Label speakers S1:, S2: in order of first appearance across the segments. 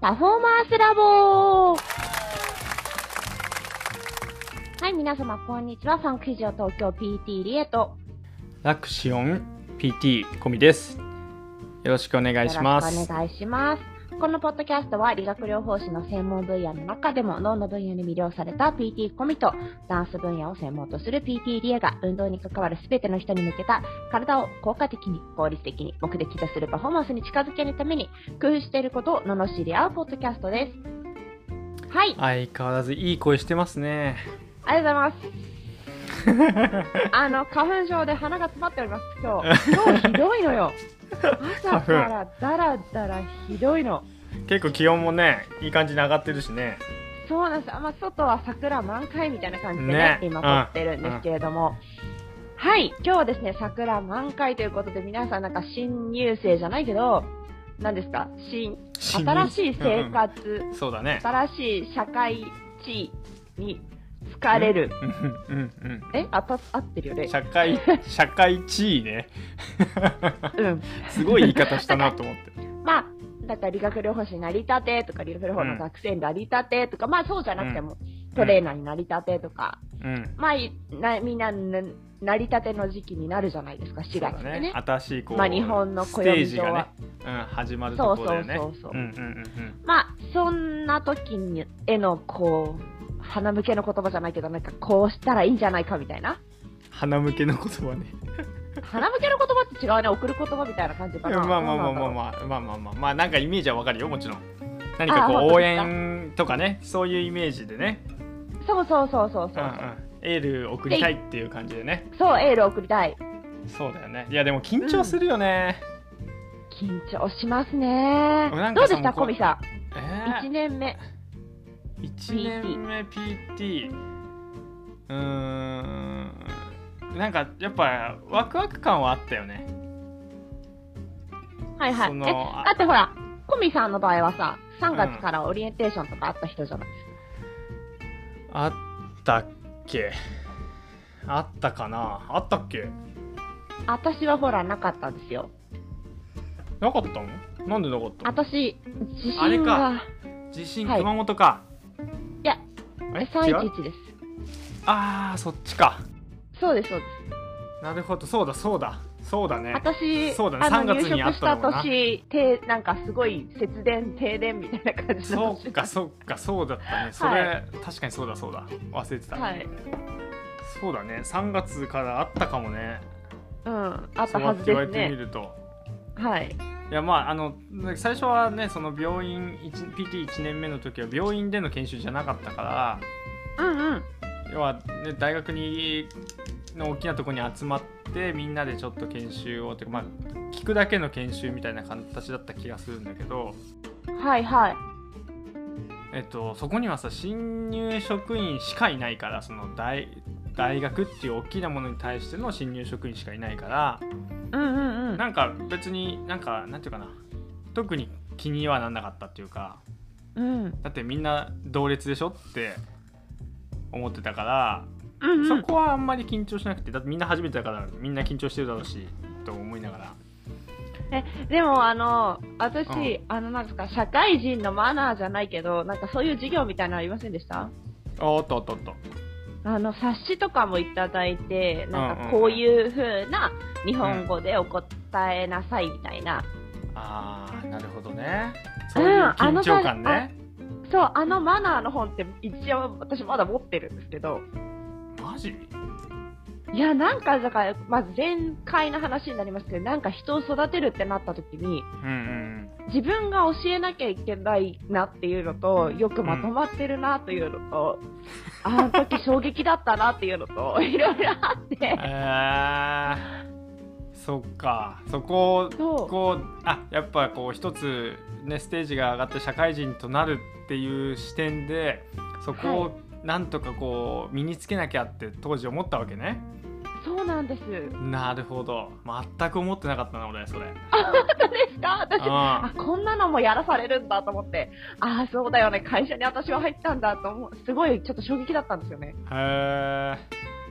S1: パフォーマンスラボはい、皆様、こんにちは。ファンク以上東京 PT リエと。
S2: ラクシオン PT 込みです。よろしくお願いします。
S1: よろしくお願いします。このポッドキャストは理学療法士の専門分野の中でも脳の分野に魅了された PT コミとダンス分野を専門とする PT リエが運動に関わる全ての人に向けた体を効果的に効率的に目的とするパフォーマンスに近づけるために工夫していることを罵り合うポッドキャストです。はい、
S2: 相変わらずいい声してますね。
S1: ありがとうございます。 あの、花粉症で鼻が詰まっております、今日。今日ひどいのよ。朝からだらだらひどいの。
S2: 結構気温もね、いい感じに上がってるしね。
S1: そうなんです。あんま外は桜満開みたいな感じでね、
S2: ね
S1: 今撮ってるんですけれども。はい、今日はですね、桜満開ということで、皆さんなんか新入生じゃないけど、何ですか新、新しい生活、
S2: うんそうだね。
S1: 新しい社会地位に疲れる。
S2: うんうんうん
S1: えあた、合ってるよ
S2: うん。
S1: ね。
S2: 社会、社会地位ね。
S1: うん。
S2: すごい言い方したなと思って。
S1: まあ、だったら理学療法士になりたてとか、理学療法の学生になりたてとか、まあそうじゃなくても、トレーナーになりたてとか、
S2: うん。
S1: まあいな、みんなな、なりたての時期になるじゃないですか、4
S2: そ
S1: 月
S2: う
S1: っ
S2: だ
S1: てね。
S2: ね。新しいこう、
S1: まあ日本の
S2: ス
S1: 暦上は
S2: テージがね、うん、始まるところだよね。
S1: そうそうそうそうん
S2: うんうん
S1: まあ、そんな時に、への、こう、鼻向けの言葉じゃないけど、なんかこうしたらいいんじゃないかみたいな。
S2: うん。鼻向けの言葉ね。
S1: 鼻向けの言葉って違うね、 送る言葉みたいな感じ
S2: ま
S1: か
S2: あ
S1: な。
S2: まあまあまあまあ
S1: あ。
S2: まあまあまあまあまあなんかイメージはわかるよもちろん何かこ
S1: あー
S2: う
S1: 本当
S2: 応
S1: ですか
S2: 援とかねそういうイメージでね
S1: そうそうそうそう
S2: う
S1: そ
S2: んう
S1: う。
S2: んエール送りたいっていう感じでね
S1: そう、エール送りたい。
S2: そうだよねいやでも緊張するよね、
S1: 緊張しますね
S2: なん。か
S1: どう
S2: さ
S1: でした、
S2: もうこ
S1: コ
S2: う
S1: ビさん。1
S2: え
S1: 年目。
S2: ー、1年目 PT うーんなんかやっぱワクワク感はあったよね
S1: はいはい。
S2: そ
S1: え、
S2: のあ
S1: だってほら、コミさんの場合はさ、3月からオリエンテーションとかあった人じゃない、
S2: あったっけあったかなあったっけ
S1: 私はほら、なかったんですよ。
S2: なかったのなんでなかったの
S1: 私、自
S2: あ
S1: 信
S2: れ
S1: が
S2: か、地震
S1: はい
S2: 熊本か
S1: いや、
S2: え違う
S1: 311です。
S2: ああそっちか
S1: そうです、そうです。
S2: なるほどそうだそうだそうだね
S1: 私、
S2: そうだね
S1: あの
S2: 3月にあ
S1: 入職
S2: っ
S1: したた
S2: のかな
S1: 年、てなんかすごい節電、停電みたいな感じの
S2: そうかそっかそうだったねそれ、
S1: は
S2: 確かにそうだそうだ忘れてた、
S1: はい。
S2: そうだね3月からあったかもね
S1: うん、あ
S2: あ
S1: ったはずです
S2: 言われて
S1: ね。
S2: みると
S1: はい。
S2: いやまああの最初はねその病院 PT1 年目の時は病院での研修じゃなかったから
S1: うんうん。
S2: 要は、ね、大学にの大きなところに集まってみんなでちょっと研修をっていうか、まあ、聞くだけの研修みたいな形だった気がするんだけど、
S1: はいはい。
S2: えっと、そこにはさ新入職員しかいないからその大大学っていう大きなものに対しての新入職員しかいないから
S1: うんうんうん。
S2: なんか別になんかなんていうかな特に気にはなんなかったっていうか
S1: うんうん
S2: だってみんな同列でしょって思ってたから
S1: う
S2: そ
S1: ん。
S2: こはあんまり緊張しなくてだってみんな初めてだからみんな緊張してるだろうしと思いながら
S1: でもあの、私、
S2: うん
S1: あの、なんですか、社会人のマナーじゃないけど、なんかそういう授業みたいなのありませんでした
S2: あおっとおっとおっと
S1: あの、冊子とかもいただいて、なん
S2: うんうんう
S1: か
S2: ん
S1: こういう風な日本語でお答えなさいみたいな。
S2: ああなるほどねそういう緊張感ね、
S1: そう、あのマナーの本って一応私まだ持ってるんですけど、
S2: マジ
S1: いや、なんか、だから、まず前回の話になりますけど、なんか人を育てるってなった時に、
S2: うんうん
S1: 自分が教えなきゃいけないなっていうのと、よくまとまってるなというのと、あの時衝撃だったなっていうのと、いろいろあって
S2: え、ー、そっかそこを
S1: そ
S2: こうあやっぱこう一つねステージが上がって社会人となるっていう視点でそこ
S1: は
S2: をなんとかこう身につけなきゃって当時思ったわけね
S1: う、そうなんです。
S2: なるほど全く思ってなかったな 俺それ
S1: 本当ですか私、
S2: あ
S1: あ、こんなのもやらされるんだと思って、ああ、そうだよね、会社に私は入ったんだと思う、すごいちょっと衝撃だったんですよね。
S2: へ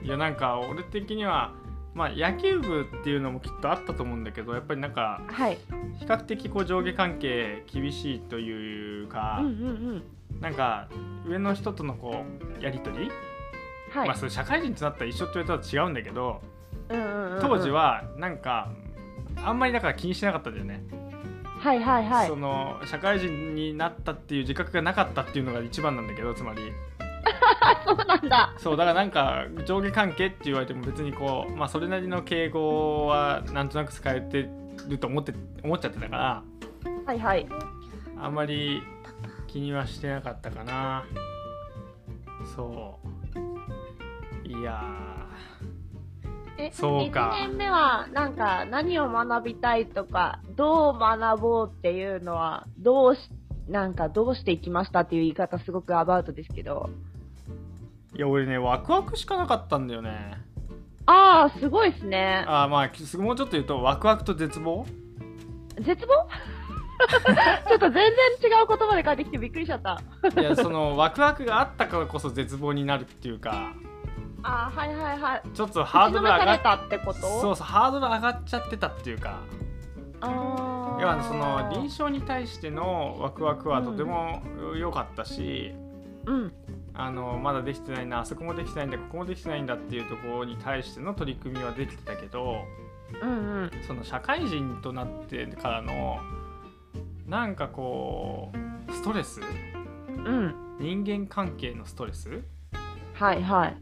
S2: えいやなんか俺的にはまあ、野球部っていうのもきっとあったと思うんだけどやっぱりなんか
S1: はい。
S2: 比較的こう上下関係厳しいというか、
S1: うんうんうん。
S2: なんか上の人とのこうやり取り、
S1: はい。
S2: まあそれ社会人となったら一緒って言われたら違うんだけど
S1: うんうんうんうん
S2: 当時。はなんかあんまりだから気にしなかったんだよね、
S1: はいはいはい
S2: そ。の社会人になったっていう自覚がなかったっていうのが一番なんだけどつまり
S1: あ、そうなんだ。
S2: そうだからなんか上下関係って言われても別にこう、まあ、それなりの敬語はなんとなく使えてると思って思っちゃってたから
S1: はいはい。
S2: あんまり気にはしてなかったかなそういや
S1: え
S2: そうか
S1: 1年目はなんか何を学びたいとかどう学ぼうっていうのはどうしなんかどうしていきましたっていう言い方すごくアバウトですけど
S2: ーいや俺ねワクワクしかなかったんだよね
S1: ああすごいですね
S2: あーまあきもうちょっと言うとワクワクと絶望
S1: 絶望ちょっと全然違う言葉で返ってきてびっくりしちゃった
S2: いやそのワクワクがあったからこそ絶望になるっていうか
S1: ああはいはいはい
S2: ちょっとハードル上
S1: 打ちのめ
S2: が
S1: され
S2: っ
S1: たってこと
S2: そうそうハードル上がっちゃってたっていうか
S1: あー
S2: 要はその臨床に対してのワクワクはとても良かったし、
S1: うん
S2: あのまだできてないなあそこもできてないんだここもできてないんだっていうところに対しての取り組みはできてたけど
S1: うんうん
S2: その社会人となってからのなんかこうストレス
S1: うん
S2: 人間関係のストレス
S1: はいはい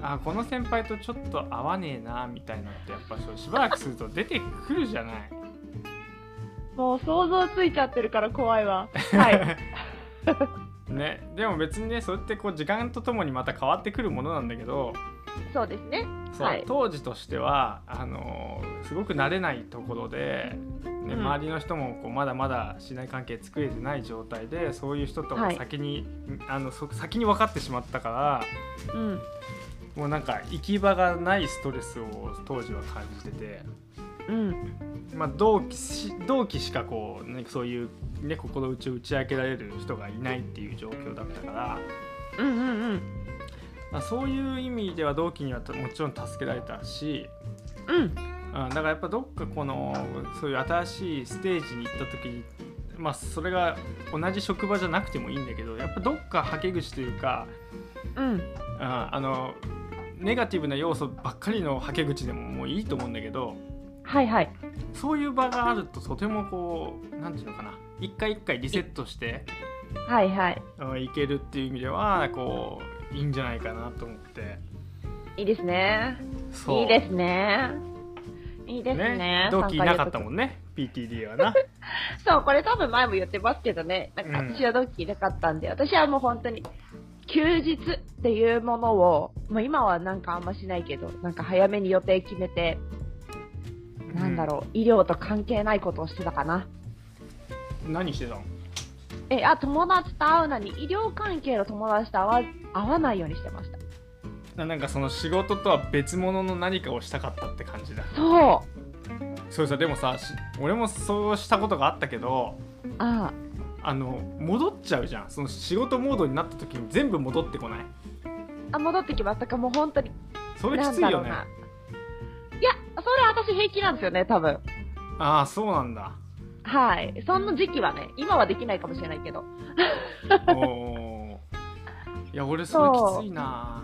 S2: あこの先輩とちょっと合わねえなみたいなのってやっぱそうしばらくすると出てくるじゃない。
S1: もう想像ついちゃってるから怖いわはい
S2: ね、でも別にねそれってこう時間とともにまた変わってくるものなんだけど
S1: そうですね
S2: そう、
S1: はい
S2: 当時としてはあのーすごく慣れないところで、ね
S1: うん
S2: 周りの人もこうまだまだ信頼関係作れてない状態でそういう人と
S1: はい
S2: 先に、あのそ先に分かってしまったから
S1: うん
S2: もうなんか行き場がないストレスを当時は感じてて、
S1: うん
S2: まあ、同期し同期しかこう、ね、そういう、ね、心打ちを打ち明けられる人がいないっていう状況だったから。
S1: うんうん
S2: まあ、そういう意味では同期にはたもちろん助けられたし、
S1: うんうん
S2: うん、だからやっぱどっかこのそういう新しいステージに行った時に、まあ、それが同じ職場じゃなくてもいいんだけどやっぱどっかはけ口というか、
S1: うん
S2: うん、あのネガティブな要素ばっかりのはけ口でももういいと思うんだけど
S1: はいはい
S2: そういう場があるととてもこう何て言うのかな一回一回リセットして
S1: はいはい
S2: うんいけるっていう意味ではこういいんじゃないかなと思って。
S1: いいですね
S2: そう
S1: いいですねいいですね
S2: 同期いなかったも
S1: ん
S2: んね PTD はな
S1: そうこれ多分前も言ってますけどねなんか
S2: うん
S1: 私は同期いなかったんで、私はもう本当に休日っていうものをもう今はなんかあんましないけどなんか早めに予定決めて、 なんだろう医療と関係ないことをしてたかな
S2: うん何してたの
S1: えあ友達と会うのに医療関係の友達と会わ会わないようにしてました
S2: ななんかその仕事とは別物の何かをしたかったって感じだ
S1: そう
S2: そうさでもさし俺もそうしたことがあったけど
S1: ああ
S2: あの戻っちゃうじゃんその仕事モードになった時に全部戻ってこない
S1: あ戻ってきましたかもう本当に
S2: それき
S1: なん
S2: つい
S1: だろ
S2: よ
S1: う
S2: ね
S1: な。いや、それは私平気なんですよね、多分。
S2: ああそうなんだ
S1: はい。そんな時期はね、今はできないかもしれないけど。
S2: おおいや俺それきついな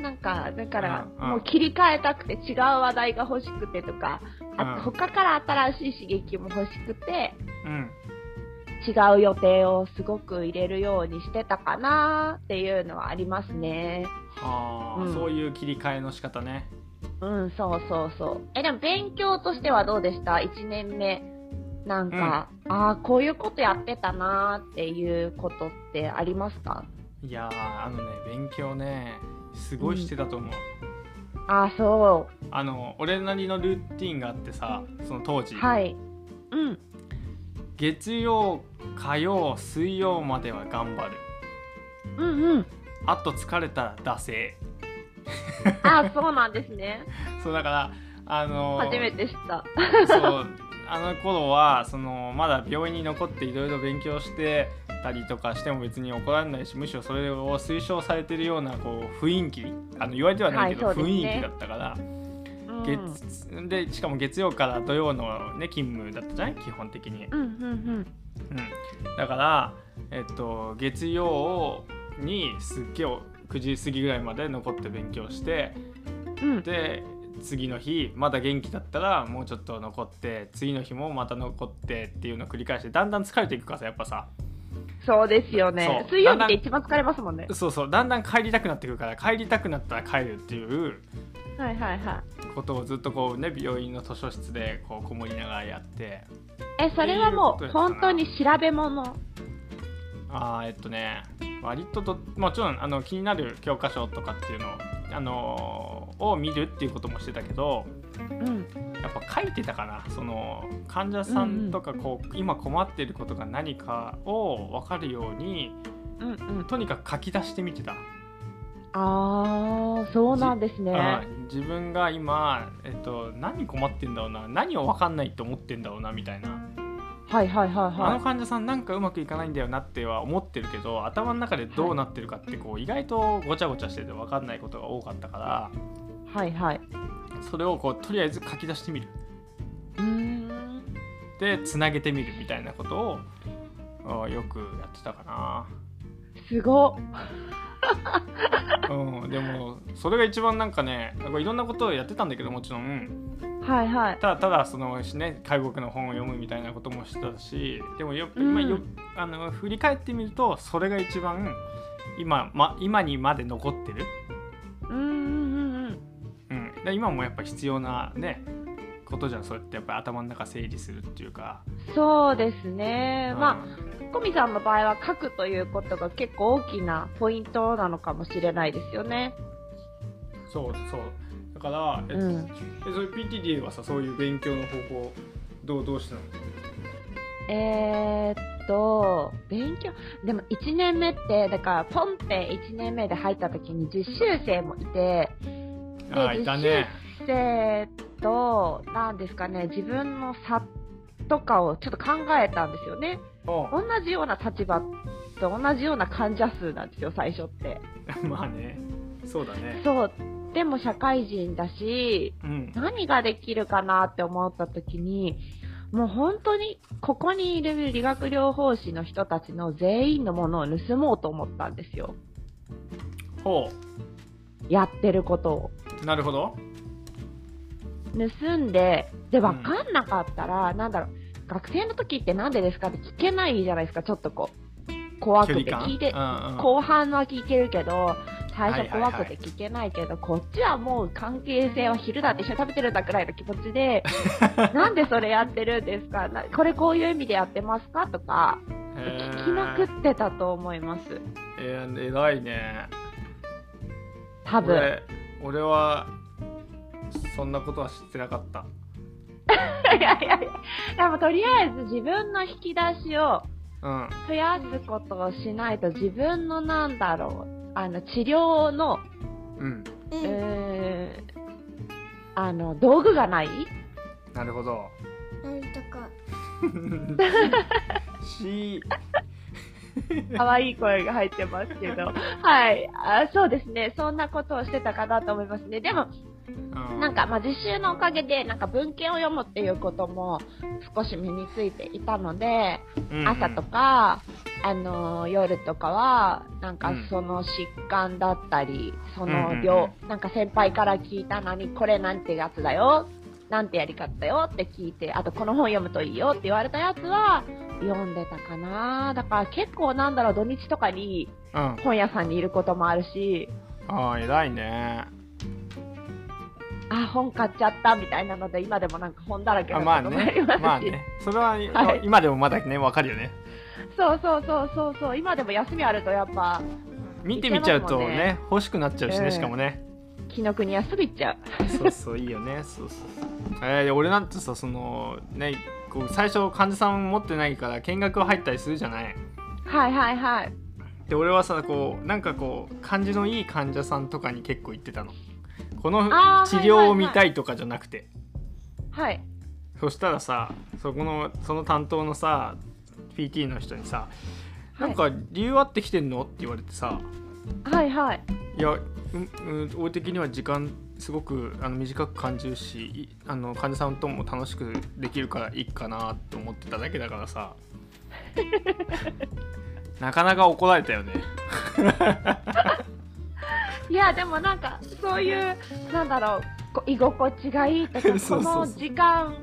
S1: なんか、だから、
S2: うんうん
S1: もう切り替えたくて違う話題が欲しくてとか、あ
S2: うん
S1: と他から新しい刺激も欲しくて、
S2: うん
S1: 違う予定をすごく入れるようにしてたかなっていうのはありますね。
S2: はあ、
S1: うん
S2: そういう切り替えの仕方ね
S1: うん、そうそうそう。え、でも勉強としてはどうでした ?1 年目。なんか、ああ、こういうことやってたなーっていうことってありますか
S2: いやーあのね勉強ねすごいしてたと思う、
S1: ああ、そ
S2: あの俺なりのルーティンがあってさその当時、
S1: う。はい。うん。
S2: 月曜火曜水曜までは頑張る
S1: うんうん。
S2: あと疲れたら惰性
S1: ああ、そうなんです ね。
S2: そうだからあの
S1: 初めて知った。
S2: そうあの頃はそのまだ病院に残っていろいろ勉強してたりとかしても別に怒られないしむしろそれを推奨されてるようなこう雰囲気あの言われてはないけど、
S1: はいそうですね
S2: 雰囲気だったから
S1: うん。
S2: 月でしかも月曜から土曜の、ね、勤務だったじゃない基本的に、うん、
S1: うんうん
S2: だから、えっと、月曜にすっげえ9時過ぎぐらいまで残って勉強して
S1: うんうん
S2: で次の日まだ元気だったらもうちょっと残って次の日もまた残ってっていうのを繰り返してだんだん疲れていくからさやっぱさ
S1: そうですよね
S2: そう
S1: 水曜日
S2: だ
S1: っ
S2: ん
S1: て
S2: だん
S1: 一番疲れますもんね
S2: そうそうだんだん帰りたくなってくるから帰りたくなったら帰るっていう
S1: はいはいはい
S2: ことをずっとこうね病院の図書室でこうこもりながらやって
S1: えそれはもう本当に調べ物
S2: あーえっとね割とどもちろんあの気になる教科書とかっていうのを,、あのーを見るっていうこともしてたけど
S1: うん
S2: やっぱ書いてたかなその患者さんとかこう、今困っていることが何かを分かるように
S1: うんうん
S2: とにかく書き出してみてた、
S1: ああそうなんですね
S2: うん自分が今、えっと、何困ってんだろうな何を分かんないと思ってんだろうなみたいな
S1: はいはいはい
S2: あの
S1: は
S2: 患者さんなんかうまくいかないんだよなっては思ってるけど頭の中でどうなってるかってこう意外とごちゃごちゃしてて分かんないことが多かったか
S1: いはいはい
S2: らそれをこうとりあえず書き出してみる
S1: うーん
S2: でつなげてみるみたいなことをあーよくやってたか
S1: すごっ
S2: な、うん、でもそれが一番なんかねこういろんなことをやってたんだけどもちろん
S1: はいはい
S2: ただただその、ね、解国の本を読むみたいなこともしてたしでもよ、今よ
S1: うん
S2: あの振り返ってみるとそれが一番今,、ま、今にまで残ってる
S1: うーんうんうん
S2: うん、で今もやっぱ必要なねことじゃんそうやってやっぱ頭の中整理するっていうか、
S1: そうですね、
S2: うん
S1: まあコミさんの場合は書くということが結構大きなポイントなのかもしれないですよね
S2: そうそうだからえ,、
S1: うん
S2: えそういう PTDA はさそういう勉強の方法どうどうしてたの
S1: えーっと勉強でも1年目ってだからポンペ1年目で入った時に実習生もいて
S2: ああ
S1: で
S2: いたね
S1: 実習生と何ですかね自分の差とかをちょっと考えたんですよね
S2: お
S1: 同じような立場と同じような患者数なんですよ最初って
S2: う まあねそうだね
S1: そうでも社会人だし
S2: うん
S1: 何ができるかなって思った時にもう本当にここにいる理学療法士の人たちの全員のものを盗もうと思ったんですよ
S2: ほ
S1: やってることを
S2: うなるほど
S1: 盗んでで
S2: ん
S1: 分かんなかったら、なんだろう学生の時ってなんでですかって聞けないじゃないですかちょっとこう怖く
S2: 距
S1: て
S2: 離感
S1: 聞いて
S2: うんうん、
S1: 後半は聞けるけど最初
S2: はいはい
S1: 怖
S2: はい
S1: くて聞けないけど、こっちはもう関係性は昼だって一緒に食べてるんだくらいの気持ち でなんでそれやってるんですかなこれこういう意味でやってますかとか
S2: へえ
S1: 聞きまくってたと思います
S2: えー、偉いね
S1: 多分
S2: 俺俺はそんなことは知ってなかった
S1: いやいやいやでもとりあえず自分の引き出しを
S2: うん
S1: 増やすことをしないと自分のなんだろうあの治療の、
S2: うん
S1: うーんあの道具がない
S2: なるほど
S3: うんとか
S2: し
S1: 可愛い声が入ってますけど、はいあ、そうですね、そんなことをしてたかなと思いますね。でも、
S2: な
S1: なんか、まあ、実習のおかげで、なんか文献を読むっていうことも少し身についていたので、朝とか、あのー夜とかは、なんか
S2: うん
S1: その疾患だったり、その
S2: うん
S1: 病
S2: うん、
S1: なんか先輩から聞いたのに、これなんてやつだよ、なんてやり方だよって聞いて、あとこの本読むといいよって言われたやつは、読んでたかなだから結構なんだろう、土日とかに
S2: うんうん、
S1: 本屋さんにいることもあるし、
S2: ああ偉いね
S1: あ、本買っちゃったみたいなので、今でもなんか本だらけ
S2: あ
S1: な
S2: まあ
S1: こともあり
S2: ね
S1: ますし、
S2: まあねそれは、
S1: はい
S2: 今でもまだねわかるよね
S1: そうそうそうそうそう、今でも休みあるとやっぱ、
S2: 見てみちゃうとね
S1: いけます
S2: 欲しくなっちゃうしね、
S1: うん
S2: しかもね
S1: 紀の国はすぐ行っちゃう。
S2: そうそういいよねそうそうえー、俺なんてさそのねこう最初患者さん持ってないから見学入ったりするじゃない
S1: はいはいはい。
S2: で俺はさこうなんかこう感じのいい患者さんとかに結構行ってたのこの
S1: あー
S2: 治
S1: はいはい
S2: 療
S1: は
S2: を
S1: い
S2: 見たいとかじゃなくて、
S1: はい。
S2: そしたらさそこのその担当のさ PT の人にさ「なんか理由あって来てんの?」って言われてさ
S1: はいはい。
S2: 「いや、うんうん、俺的には時間すごくあの短く感じるしいあの患者さんとも楽しくできるからいいかなと思ってただけだか らさなかなか怒られたよね
S1: いやでもなんかそういうなんだろうこ居心地がいいとか
S2: そうそうそう
S1: この時間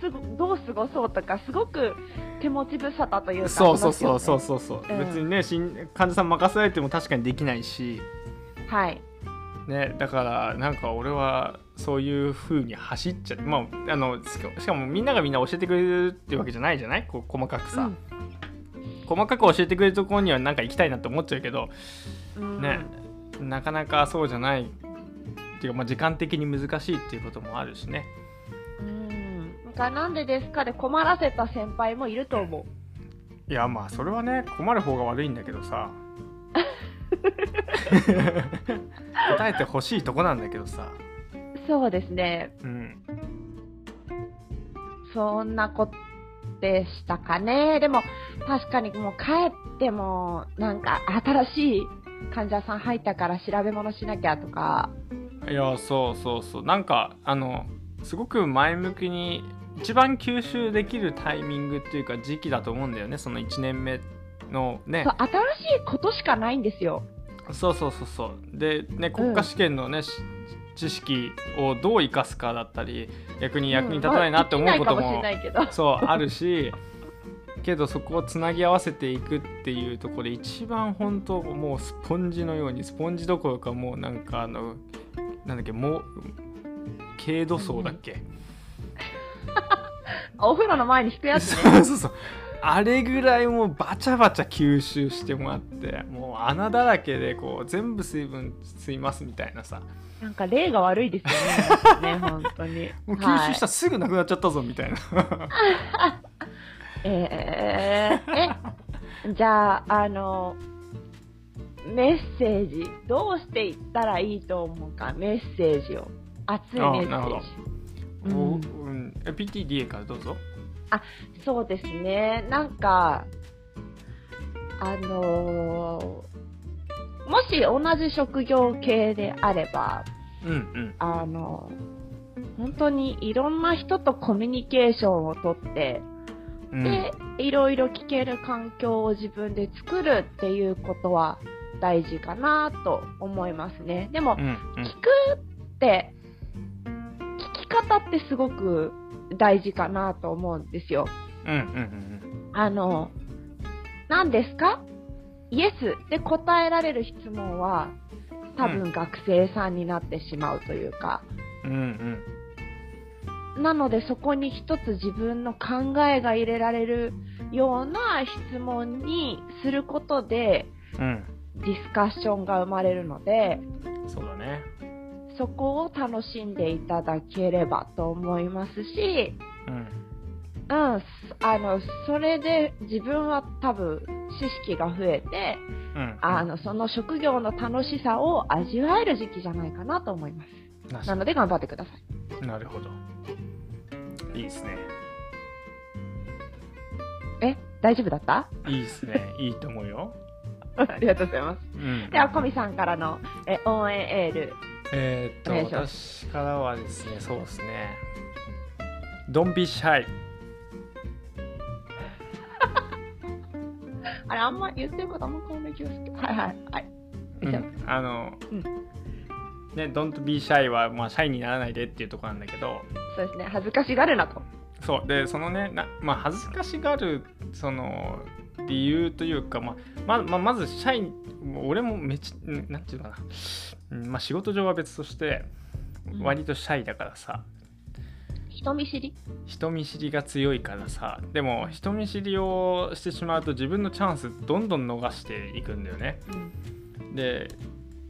S1: すぐどう過ごそうとかすごく手持ち無沙汰というか
S2: そうそう
S1: あり
S2: そう
S1: ます
S2: そ
S1: よ
S2: う
S1: ね
S2: そうそう、
S1: うん
S2: 別にねしん患者さん任せられても確かにできないし、
S1: はい
S2: ね、だからなんか俺はそういう風に走っちゃって、まあ、あのしかしかもみんながみんな教えてくれるっていうわけじゃないじゃないこう細かくさ、細かく教えてくれるところにはなんか行きたいなって思っちゃうけど
S1: うん
S2: ね、なかなかそうじゃないっていうか、まあ、時間的に難しいっていうこともあるしね
S1: うんなんかなんでですかで困らせた先輩もいると思う
S2: いやまあそれはね困る方が悪いんだけど さ 答えてほしいとこなんだけどさ
S1: そうですね
S2: うん
S1: そんなことでしたかねでも確かにもう帰ってもなんか新しい患者さん入ったから調べ物しなきゃとか
S2: いやそうそうそうなんかあのすごく前向きに一番吸収できるタイミングっていうか時期だと思うんだよねその1年目の ね
S1: そう新しいことしかないんですよ
S2: そうそうそうそうでね国家試験のね、し知識をどう生かすかだったり逆に役に立たないなって思うこと
S1: んまあ
S2: も
S1: できないかもしれないけど
S2: そうあるしけどそこをつなぎ合わせていくっていうところで一番本当もうスポンジのようにスポンジどころかもうなんかあのなんだっけもう軽度層だっけ、
S1: お風呂の前に引くやつね
S2: そうそうそうあれぐらいもうバチャバチャ吸収してもらってもう穴だらけでこう全部水分吸いますみたいなさ
S1: なんか例が悪いですよ ねね本当に
S2: もう吸収した
S1: は
S2: らすぐなくなっちゃったぞみたいな、
S1: い、えー、えじゃああのメッセージどうしていったらいいと思うかメッセージを熱いメ
S2: あ
S1: ッセ
S2: なるほ
S1: ー
S2: ど
S1: ジ
S2: おう
S1: うん
S2: ん、PTDA からどうぞ
S1: そうですね、なんか、あのーもし同じ職業系であれば、
S2: うんうん
S1: あのー本当にいろんな人とコミュニケーションをとって、
S2: うん
S1: で、いろいろ聞ける環境を自分で作るっていうことは大事かなと思いますね。でも
S2: う、ん
S1: 聞くって、聞き方ってすごく大事かなと思うんですよ。
S2: うんうんうん
S1: あの、何ですかイエスで答えられる質問は、多
S2: う
S1: 分学生さんになってしまうというか、
S2: うんうん
S1: なのでそこに一つ自分の考えが入れられるような質問にすることで、
S2: うん
S1: ディスカッションが生まれるので、
S2: うんそうだね
S1: そこを楽しんでいただければと思いますし、
S2: うん
S1: うん、あの、それで自分は多分知識が増えて、
S2: うん
S1: あの、その職業の楽しさを味わえる時期じゃないかなと思います。
S2: なし
S1: なので頑張ってください。
S2: なるほどいいですね
S1: え、大丈夫だった
S2: いいですねいいと思うよ
S1: ありがとうございます。
S2: うん
S1: では、コミさんからのえ応援エール。
S2: えーっと
S1: お願いしま
S2: 私からはですねそうですねドンビシャイ
S1: あれ、あんま言ってることあんま変わんない気がするけど。はいはいはい。
S2: う
S1: じゃ
S2: んあの
S1: うん
S2: ね Don't be shy はまあシャイにならないでっていうところなんだけど
S1: そうですね、恥ずかしがるなと。
S2: そうでそのねな、まあ、恥ずかしがるその理由というか、まあままあまず社員俺もめちんなんていうのかな、うんまあ、仕事上は別として
S1: うん
S2: 割とシャイだからさ
S1: 人見知り
S2: 人見知りが強いからさでも人見知りをしてしまうと自分のチャンスどんどん逃していくんだよね。で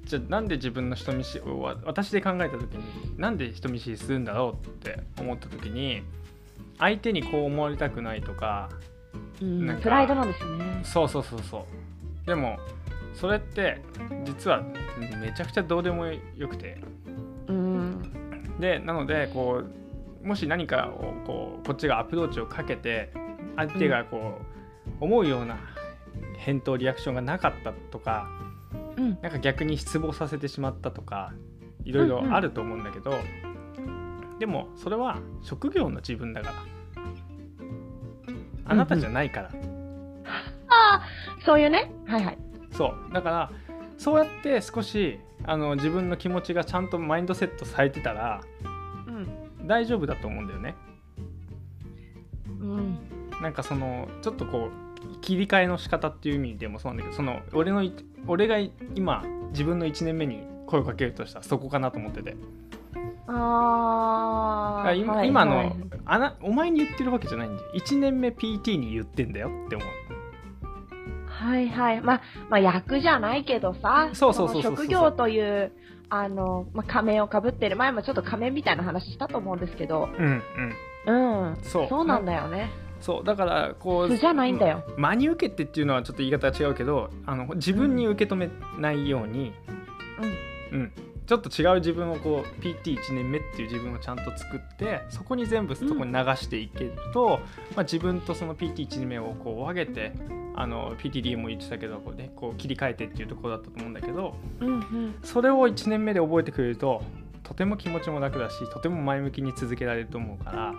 S2: じゃあなんで自分の人見知りわ私で考えた時になんで人見知りするんだろうって思った時に相手にこう思われたくないとか
S1: うん
S2: なんか
S1: プライドなんですよね。
S2: そうそうそうそうでもそれって実はめちゃくちゃどうでもよくて
S1: うん。
S2: でなのでこうもし何かをこうこっちがアプローチをかけて相手がこう思うような返答リアクションがなかったとか
S1: うん。
S2: なんか逆に失望させてしまったとかいろいろ
S1: うんうん
S2: あると思うんだけど、でもそれは職業の自分だからあなたじゃないから、
S1: ああ、そういうね。はいはい。
S2: そうだからそうやって少しあの自分の気持ちがちゃんとマインドセットされてたら
S1: うん。
S2: 大丈夫だと思うんだよね
S1: うん。
S2: なんかそのちょっとこう切り替えの仕方っていう意味でもそうなんだけどその俺のい俺が今自分の1年目に声をかけるとしたらそこかなと思ってて
S1: あ
S2: だか
S1: あ。
S2: ら今,、
S1: はいは
S2: 今
S1: い
S2: のあなお前に言ってるわけじゃないんで1年目 PT に言ってんだよって思う
S1: はいはい。まあ、まあ、役じゃないけどさ、
S2: そうそうそうそうそう
S1: の職業という、あの、まあ、仮面をかぶってる前もちょっと仮面みたいな話したと思うんですけど、
S2: うんうん
S1: うん。
S2: そう
S1: そうなんだよね。
S2: そうだからこう
S1: 素じゃないんだよ
S2: 真に受けてっていうのはちょっと言い方が違うけどあの自分に受け止めないように、うんちょっと違う自分をこう PT1 年目っていう自分をちゃんと作ってそこに全部そこに流していけると、まあ、自分とその PT1 年目をこう分けてあの PTD も言ってたけどこう、ね、こう切り替えてっていうところだったと思うんだけど
S1: うんうん。
S2: それを1年目で覚えてくれるととても気持ちも楽だしとても前向きに続けられると思うから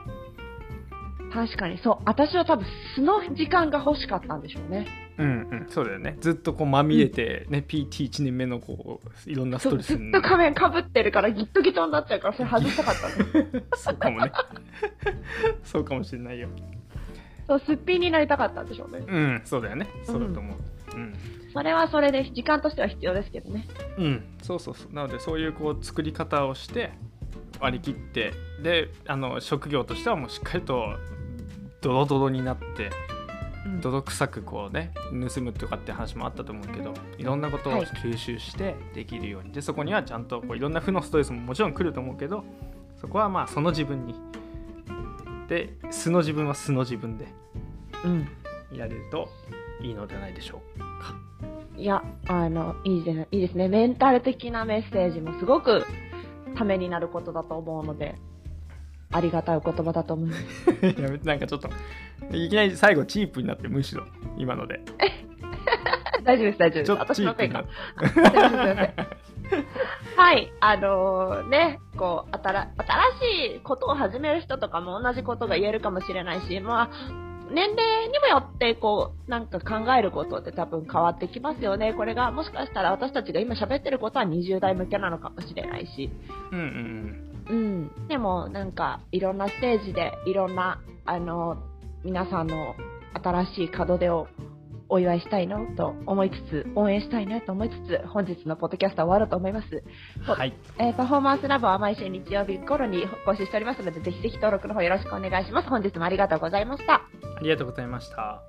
S1: 確かに、そう。私は多分素の時間が欲しかったんでしょうね。
S2: うんうん、そうだよねずっとこうまみれて、ね PT1 年目のこういろんなス
S1: そ
S2: ト
S1: う
S2: レ
S1: ず
S2: ス
S1: っ
S2: に
S1: と仮面かぶってるからギットギトになっちゃうから、それ外したかった の。
S2: そうかもね そうかもしれないよ
S1: そう、すっぴんになりたかったんでしょうね。
S2: うんそうだよねそうだと思ううん、
S1: それはそれで、時間としては必要ですけどね。
S2: うんそうそうそうなのでそういうこう作り方をして割り切ってであの職業としてはもうしっかりとドロドロになって
S1: うん
S2: 泥臭くこうね盗むとかって話もあったと思うけどいろんなことを
S1: はい
S2: 吸収してできるように、でそこにはちゃんとこういろんな負のストレスももちろん来ると思うけどそこはまあその自分にで素の自分は素の自分で
S1: うん。
S2: やれるといいのではないでしょうか。
S1: いや、あの、いいですね。いいですね。メンタル的なメッセージもすごくためになることだと思うので、ありがたいお言葉だと思います。
S2: やめてなんかちょっといきなり最後チープになってむしろ今ので
S1: 大丈夫です、大丈夫で
S2: ち
S1: す。
S2: ょっと
S1: 私
S2: チー
S1: の
S2: プ
S1: せい
S2: にな
S1: か
S2: っ。
S1: すいませんすいませんはい、あのーね、こう、新新しいことを始める人とかも同じことが言えるかもしれないし、まあ、年齢にもよって、こう、なんか考えることって多分変わってきますよね。これが、もしかしたら私たちが今喋ってることは20代向けなのかもしれないし、
S2: うんうん
S1: うん、でもなんかいろんなステージでいろんなあの皆さんの新しい門出をお祝いしたいなと思いつつ応援したいなと思いつつ本日のポッドキャストは終わろうと思います、
S2: うん
S1: そう
S2: はい
S1: えーパフォーマンスラボは毎週日曜日頃に更新しておりますのでぜひぜひ登録の方よろしくお願いします本日もありがとうございました
S2: ありがとうございました。